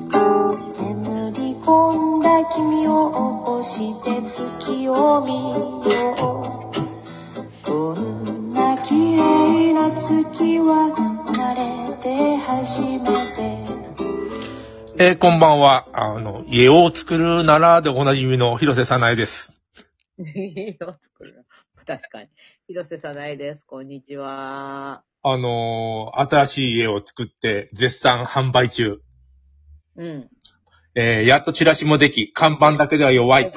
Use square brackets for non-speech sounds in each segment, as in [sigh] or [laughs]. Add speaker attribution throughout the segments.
Speaker 1: 眠り込んだ君を起こして月を見ようこんな綺麗な月は生まれて初めて
Speaker 2: えーこんばんは。あの、家を作るならでおなじみの広瀬さなえです。
Speaker 3: 家を作る。確かに。広瀬さないです。こんにちは。
Speaker 2: あのー新しい家を作って絶賛販売中。
Speaker 3: うん。 [laughs]
Speaker 2: えーやっとチラシもでき、看板だけでは弱い。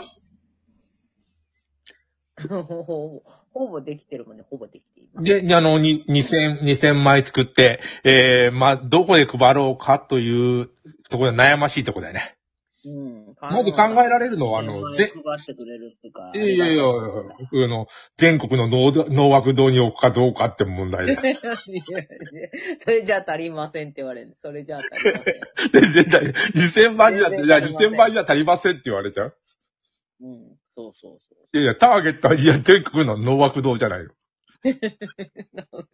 Speaker 3: ほぼ、ほぼできてるもんね。ほぼできています。
Speaker 2: で、あの、に2000、2000枚作って、えーまあ、どこで配ろうかというところで悩ましいところだよね。
Speaker 3: うん。
Speaker 2: まず考えられるのは、あの、
Speaker 3: で、
Speaker 2: で
Speaker 3: 配、ってくれるっていうか。
Speaker 2: いやいやいや、あの、全国の農農学堂に置くかどうかって問題だよ。
Speaker 3: [laughs] いやいやいや [laughs] それじゃ足りませんって言われる。それじゃ足りませ
Speaker 2: 全
Speaker 3: ん。
Speaker 2: 然だよ。2000枚じゃ、いや、2000枚じゃ足りませんって言われちゃう。
Speaker 3: うん。そうそう [laughs] そ
Speaker 2: いやいや、ターゲットは、いや、全国の農学堂じゃないよ。
Speaker 3: う。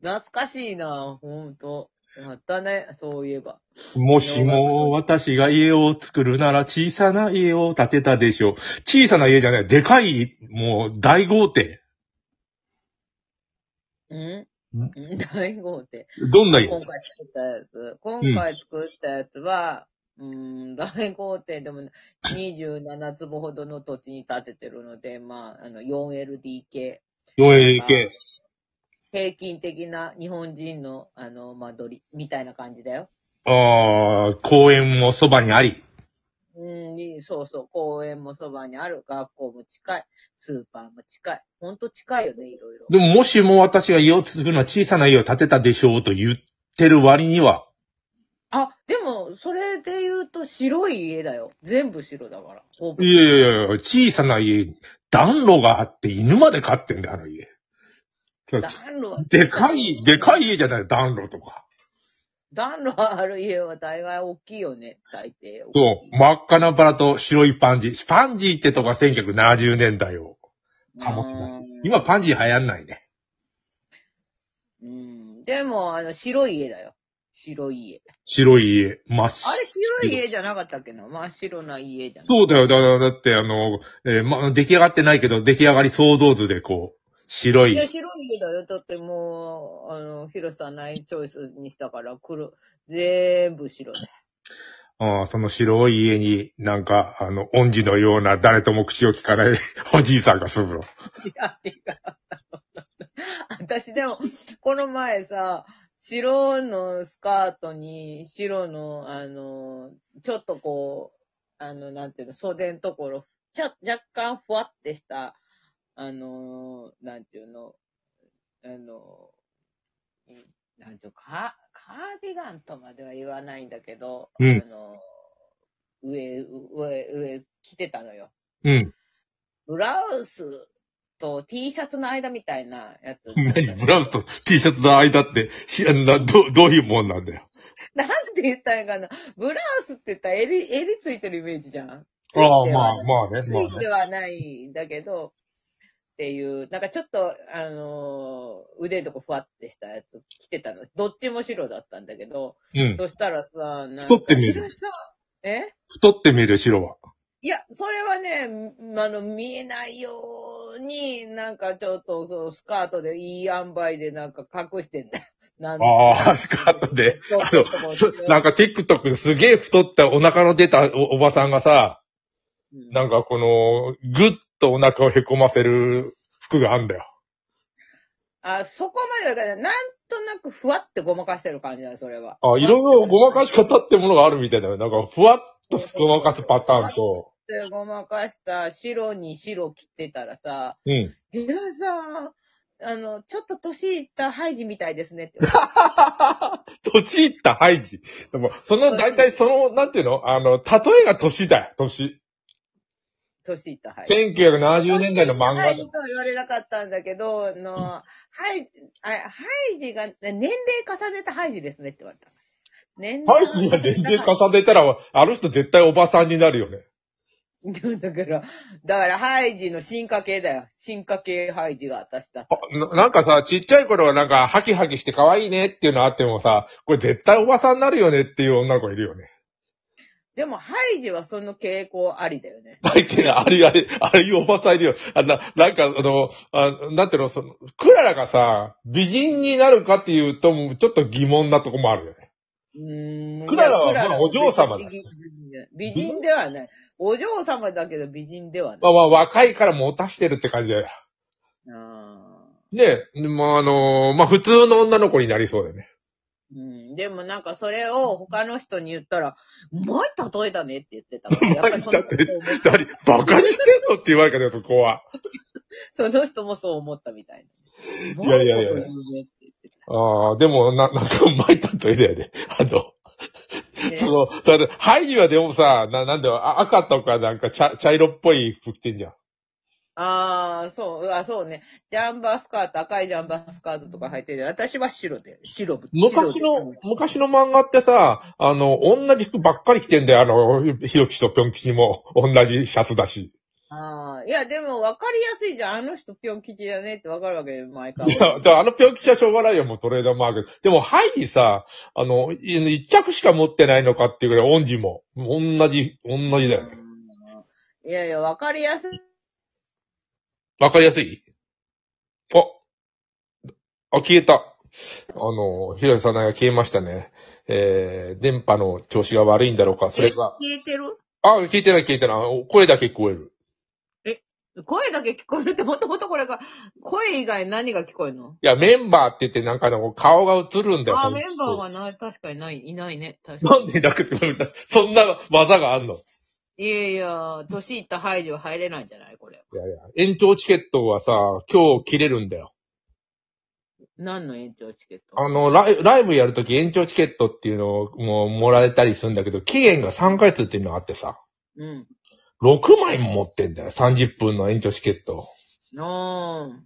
Speaker 3: 懐かしいな、ほんと。やったね、そういえば。
Speaker 2: もしも私が家を作るなら小さな家を建てたでしょう。小さな家じゃない、でかい、もう大豪邸。
Speaker 3: うん大豪邸。
Speaker 2: どんな家
Speaker 3: 今回作ったやつ。今回作ったやつは、うーん、大豪邸でも27坪ほどの土地に建ててるので、まあ、あの、4LDK。
Speaker 2: ?4LK。
Speaker 3: 平均的な日本人の、あの、間取り、みたいな感じだよ。
Speaker 2: ああ、公園もそばにあり。
Speaker 3: うん、にそうそう、公園もそばにある、学校も近い、スーパーも近い。ほんと近いよね、いろいろ。
Speaker 2: でも、もしも私が家を作るなら小さな家を建てたでしょうと言ってる割には、
Speaker 3: あ、でも、それで言うと白い家だよ。全部白だから。ほぼ
Speaker 2: いやいやいや、小さな家、暖炉があって犬まで飼ってんだよ、あの家。
Speaker 3: 暖炉は
Speaker 2: でかい、でかい家じゃない、暖炉とか。
Speaker 3: 暖炉ある家は大概大きいよね、大抵。
Speaker 2: そう、真っ赤なバラと白いパンジー。パンジーってとか1970年代を。
Speaker 3: う。
Speaker 2: かもしれなん今パンジー流行んないね。
Speaker 3: うん。でも、あの、白い家だよ。白い家。
Speaker 2: 白い家、真っ
Speaker 3: あ
Speaker 2: 白。
Speaker 3: れ、白い家じゃなかったっけな真っ白な家じゃん。
Speaker 2: そうだよ、だだだってあの、えーま、出来上がってないけど、出来上がり想像図でこう、白
Speaker 3: いや、
Speaker 2: い。
Speaker 3: 白い家だよ。だってもう、あの、広さないチョイスにしたから、黒、全部白だよ。
Speaker 2: あーその白い家に、なんか、あの、恩師のような誰とも口を聞かない [laughs] おじいさんが住むの。
Speaker 3: いや、いや、 [laughs] 私でも、この前さ、白のスカートに、白の、あの、ちょっとこう、あの、なんていうの、袖のところ、ちゃ、若干ふわってした、あの、なんていうの、あの、いなんていうのか、カーディガンとまでは言わないんだけど、
Speaker 2: うん
Speaker 3: あの、上、上、上着てたのよ。
Speaker 2: うん。
Speaker 3: ブラウスと T シャツの間みたいなやつ。
Speaker 2: [laughs] 何ブラウスと T シャツの間って、しなどどういうもんなんだよ。
Speaker 3: なんて言ったらいいかな。ブラウスって言ったら襟、襟ついてるイメージじゃん。ついて
Speaker 2: ああ
Speaker 3: は
Speaker 2: ー、まあ、まあね、
Speaker 3: つ
Speaker 2: まあね
Speaker 3: い。てはないんだけど、っていう、なんかちょっと、あのー腕のとこふわってしたやつ着てたの。どっちも白だったんだけど、
Speaker 2: うん。
Speaker 3: そしたらさ、なんか
Speaker 2: 太って見える。
Speaker 3: え
Speaker 2: 太って見える、白は。
Speaker 3: いや、それはね、んあの、見えないように、なんかちょっと、そのスカートでいい塩梅でなんか隠して
Speaker 2: [laughs]
Speaker 3: んだよ。なん
Speaker 2: ああ、スカー [laughs] トで。
Speaker 3: そう
Speaker 2: あ
Speaker 3: そうそう
Speaker 2: の、そ [laughs] なんか TikTok ですげえ太ったお腹の出たおおばさんがさ、
Speaker 3: うん
Speaker 2: なんかこの、ぐっとお腹をへこませる服があんだよ。
Speaker 3: あ、そこまではいかない。なんとなくふわってごまかしてる感じだよ、それは。
Speaker 2: あ、いろいろごまかし方ってものがあるみたいだよ。なんか、ふわっとごまかすパターンと、
Speaker 3: でごまかした白に白着てたらさ、
Speaker 2: うん。
Speaker 3: ヘラさん、あの、ちょっと年いったハイジみたいです
Speaker 2: [laughs]
Speaker 3: ねって言われ
Speaker 2: [laughs] 年いったハイジ。でも、その、大体その、なんていうのあの、例えが年だよ、年。
Speaker 3: た。年いったハイジ。
Speaker 2: 1970年代の漫
Speaker 3: ハ
Speaker 2: 画
Speaker 3: イジ
Speaker 2: だ
Speaker 3: と。は言われなかったんだけど、あの、ハイ、あハイジが、年齢重ねたハイジですねって言われた。年
Speaker 2: ハイジが年齢
Speaker 3: 重ね
Speaker 2: 重ねたら、あの人絶対おばさんになるよね。
Speaker 3: だから、だからハイジの進化系だよ。進化系ハイジが私だった。
Speaker 2: ななんかさ、ちっちゃい頃はなんか、ハキハキして可愛いねっていうのあってもさ、これ絶対おばさんになるよねっていう女の子いるよね。
Speaker 3: でもハイジはその傾向ありだよね。
Speaker 2: [laughs] 大嫌い、ありあり、ありおばさんいるよ。あな、なんかあの、あなんていうの、その、クララがさ、美人になるかっていうと、ちょっと疑問なとこもあるよね。
Speaker 3: うーん。
Speaker 2: クララはい
Speaker 3: や
Speaker 2: まあお嬢様だ
Speaker 3: 美人美人ではない。お嬢様だけど美人ではな
Speaker 2: ま
Speaker 3: い。
Speaker 2: あまあ、若いから持たしてるって感じだよ。
Speaker 3: あ
Speaker 2: ねえ、まああの、まあ普通の女の子になりそうだよね。
Speaker 3: ーうん、でもなんかそれを他の人に言ったら、うまい例えだねって言ってた
Speaker 2: [laughs]
Speaker 3: わ。やっぱりその人も
Speaker 2: 何、バカにしてんのって言われたよ、そこは。
Speaker 3: その人も [laughs] そう思ったみたいな。
Speaker 2: いやいやいや
Speaker 3: うまこと言うねって言ってた
Speaker 2: ああ、でも、な、なんかうまい例えだよね。あの、
Speaker 3: ね
Speaker 2: その、だって、ハイにはでもさ、な、なんだよ、あ赤とかなんか茶、茶色っぽい服着てんじゃん。
Speaker 3: ああ、そう、あそうね。ジャンバースカート、赤いジャンバースカートとか履いてる。私は白で、白。
Speaker 2: 昔
Speaker 3: 白
Speaker 2: の
Speaker 3: で、
Speaker 2: 昔の漫画ってさ、あの、同じ服ばっかり着てんだよ。あの、ひろきとぴょん吉も同じシャツだし。
Speaker 3: ああ、いや、でも分かりやすいじゃん。あの人ピョン吉だねって分かるわけよ、毎
Speaker 2: い
Speaker 3: 回。
Speaker 2: や、だからあのぴょん吉はしょうがないよ、もうトレードマーク。でも、ハイにさ、あの、い一着しか持ってないのかっていうぐらい、オンジも。同じ、同じだよね。
Speaker 3: いやいや、分かりやすい。
Speaker 2: わかりやすいあ、あ、消えた。あの、ひろさんが消えましたね。えー、電波の調子が悪いんだろうか、それが。
Speaker 3: え消えてる
Speaker 2: あ、聞いてない聞いてない。お声だけ聞こえる。
Speaker 3: 声だけ聞こえるってもともとこれが、声以外何が聞こえる
Speaker 2: い
Speaker 3: の
Speaker 2: や、メンバーって言ってなんかあの顔が映るんだよ。
Speaker 3: ああ、メンバーがない、確かにない、いないね。確か
Speaker 2: なんでなくて、そんな技があんのい
Speaker 3: に。いやいや、年いった排除は入れないんじゃないこれ。
Speaker 2: やいや、延長チケットはさ、今日切れるんだよ。
Speaker 3: 何の延長チケット
Speaker 2: あの、ライライブやるとき延長チケットっていうのをもうもらえたりするんだけど、期限が3ヶ月っていうのがあってさ。
Speaker 3: うん。
Speaker 2: 6枚も持ってんだよ。30分の延長チケット。
Speaker 3: なあ。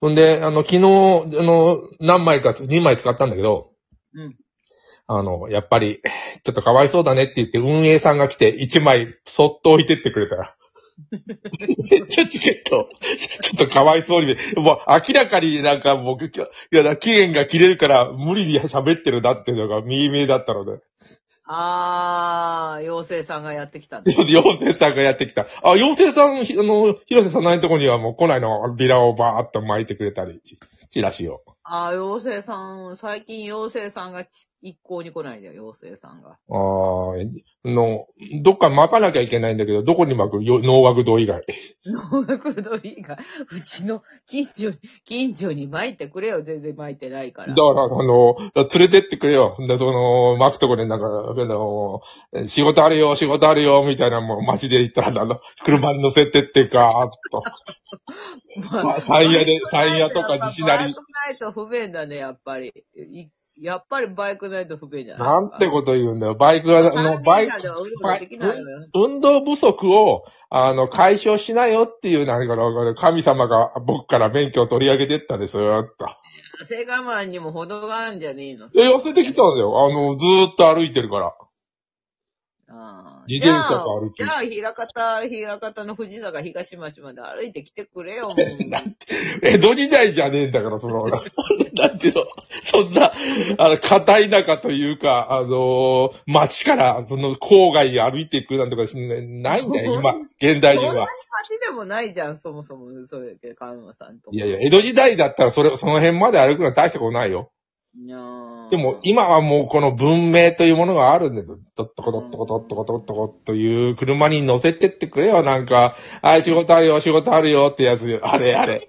Speaker 2: ほんで、あの、昨日、あの、何枚か、2枚使ったんだけど、
Speaker 3: うん。
Speaker 2: あの、やっぱり、ちょっとかわいそうだねって言って、運営さんが来て、1枚、そっと置いてってくれたら。延長チケット、ちょっとかわいそうに、もう明らかになんか僕、いやだ、期限が切れるから無理に喋ってるなっていうのが見え見えだったので、
Speaker 3: あー、妖精さんがやってきたんだ。
Speaker 2: 妖精さんがやってきた。あ、妖精さん、ひあの、広瀬さんないとこにはもう来ないの、ビラをバーっと巻いてくれたり、チチラシを。
Speaker 3: あー、妖精さん、最近妖精さんがち一向に来ないんだよ、妖精さんが。 [laughs]
Speaker 2: あーえの、どっか巻かなきゃいけないんだけど、どこに巻くよ農学堂以外。
Speaker 3: 農学堂いいが、うちの近所に、近所に巻いてくれよ、全然巻いてないか。
Speaker 2: だからら、あの、連れてってくれよ。で、その、巻くとこでなんか、あの、仕事あるよ、仕事あるよ、みたいな、もう街で行ったら、あの、車に乗せてってか、ーっと。
Speaker 3: まあ
Speaker 2: 山野で、山野とか西
Speaker 3: バイ
Speaker 2: 成。
Speaker 3: クないと不便だね、やっぱり。いやっぱりバイクないと不便じゃない
Speaker 2: なんてこと言うんだよ。バイクは、あの、バイク、
Speaker 3: バイク。
Speaker 2: 運動不足を、あの、解消しなよっていう、なんかの、神様が僕から免許を取り上げてったんですよ、と。
Speaker 3: セガマンにも程があるんじゃねえの
Speaker 2: で、痩せてきたんだよ。あの、ずーっと歩いてるから。
Speaker 3: ああ
Speaker 2: 自転車と歩き
Speaker 3: じゃあ、じゃあ、平方、平方の藤坂東町まで歩いてきてくれよ、
Speaker 2: [laughs]
Speaker 3: もう
Speaker 2: 江戸時代じゃねえんだから、その、 [laughs] なんていうの、そんな、あの、片田舎というか、あのー街から、その、郊外に歩いていくなんてことしないんだよ、 [laughs] 今、現代人
Speaker 3: そんなに
Speaker 2: は。
Speaker 3: 街でもないじゃん、そもそも、そうやけど、菅野さんとか。
Speaker 2: いやいや、江戸時代だったら、それ、その辺まで歩くのは大したことないよ。
Speaker 3: いやー
Speaker 2: でも、今はもうこの文明というものがあるんだよ。どっとこどっとこどっとこどっとこという車に乗せてってくれよ、なんか。あい、仕事あるよ、仕事あるよってやつ。あれあれ。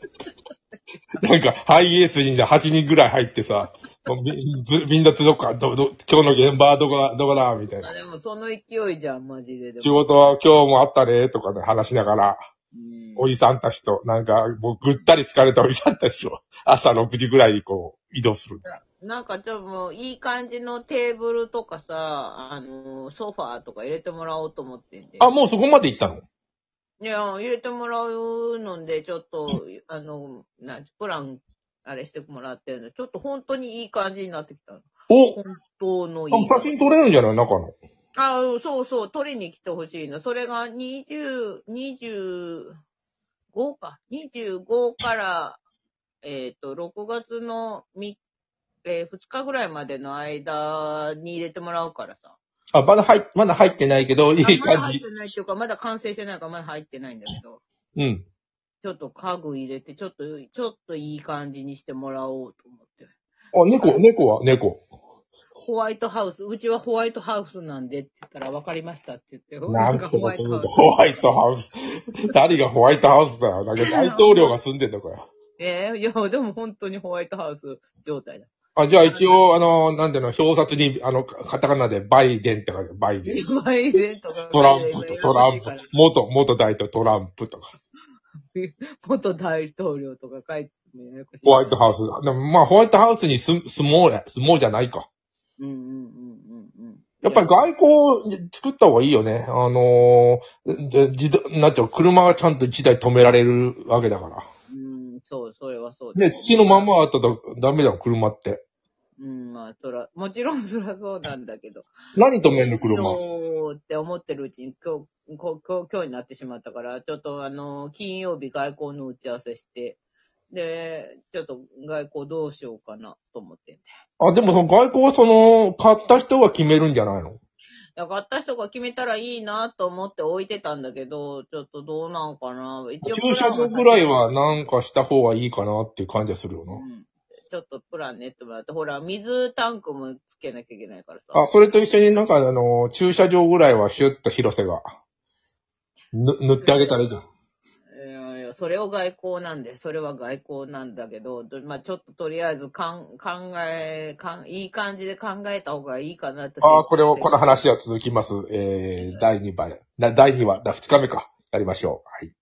Speaker 2: なんか、ハイエースに8人ぐらい入ってさ、もうみずみんな集うか、ど、ど、今日の現場はどこだ、どこだ、みたいな。
Speaker 3: あでも、その勢いじゃん、マジで。で
Speaker 2: 仕
Speaker 3: も
Speaker 2: 事は今日もあったね、とかね、話しながら、
Speaker 3: うん
Speaker 2: おじさんたちと、なんか、もうぐったり疲れたおじさんたちと、朝6時ぐらいにこう、移動する。
Speaker 3: なんか、ちょっともう、いい感じのテーブルとかさ、あの、ソファーとか入れてもらおうと思ってんで。
Speaker 2: あ、もうそこまで行ったの
Speaker 3: いや、入れてもらうので、ちょっと、あの、な、プラン、あれしてもらってるの。ちょっと本当にいい感じになってきたの。
Speaker 2: お
Speaker 3: 本当のい
Speaker 2: あ
Speaker 3: い。
Speaker 2: 写真撮れるんじゃない中の。
Speaker 3: あうんそうそう、取りに来てほしいの。それが20、25か。25から、えっ、と、6月のみえ2日ぐらいまでの間に入れてもらうからさ。
Speaker 2: あ、まだ入っ、まだ入ってないけど、いい
Speaker 3: あまだ
Speaker 2: 感
Speaker 3: 入っ
Speaker 2: じ。
Speaker 3: てないっていうか、まだ完成してないからまだ入ってないんだけど。
Speaker 2: うん。
Speaker 3: ちょっと家具入れて、ちょっと、ちょっといい感じにしてもらおうと思って。
Speaker 2: あ、猫、猫は猫。
Speaker 3: ホワイトハウス、うちはホワイトハウスなんでって言ったら分かりましたって言って。
Speaker 2: なん
Speaker 3: か
Speaker 2: と
Speaker 3: ホワイトハウス。
Speaker 2: ホワイトハウス。誰がホワイトハウスだよ。だけど大統領が住んでんだから。
Speaker 3: ええいや、でも本当にホワイトハウス状態だ。
Speaker 2: あ、じゃあ一応、あの、なんていうの、表札に、あの、カタカナでバイデンって書いてある、バイデン。
Speaker 3: バイデンとか。
Speaker 2: トランプとトランプ。元、元大統領トランプとか。
Speaker 3: 元大統領とか書いてもややこしい。
Speaker 2: ホワイトハウス。でもまあ、ホワイトハウスに住、住もうや、住もうじゃないか。
Speaker 3: うんうんうんうんうん。
Speaker 2: やっぱり外交作った方がいいよね。あのーじゃ自動、なんていうの、車がちゃんと一台止められるわけだから。
Speaker 3: うん、そう、それはそうだ
Speaker 2: ね、土のまんまあったらダメだよ、車って。
Speaker 3: うん、まあ、そら、もちろんそらそうなんだけど。
Speaker 2: 何止めんの、車。
Speaker 3: そうって思ってるうちに今日、こ今日、今日になってしまったから、ちょっとあの、金曜日外交の打ち合わせして、で、ちょっと外交どうしようかなと思ってんだよ。
Speaker 2: あ、でもその外交はその、買った人が決めるんじゃないの
Speaker 3: いや買った人が決めたらいいなと思って置いてたんだけど、ちょっとどうなんかな。一応プラン
Speaker 2: 駐車場ぐらいはなんかした方がいいかなっていう感じはするよ
Speaker 3: う
Speaker 2: な。
Speaker 3: んちょっとプラン練ってもらって、ほら、水タンクもつけなきゃいけないからさ。
Speaker 2: あ、それと一緒になんかあの、駐車場ぐらいはシュッと広瀬が、ぬ、塗ってあげたらいいじゃん。
Speaker 3: いやいや、それを外交なんで、それは外交なんだけど、どまあちょっととりあえずかん考えかん、いい感じで考えた方がいいかなって。
Speaker 2: ああ、これを、この話は続きます。えー、第2話、な第2話、だ2日目か、やりましょう。はい。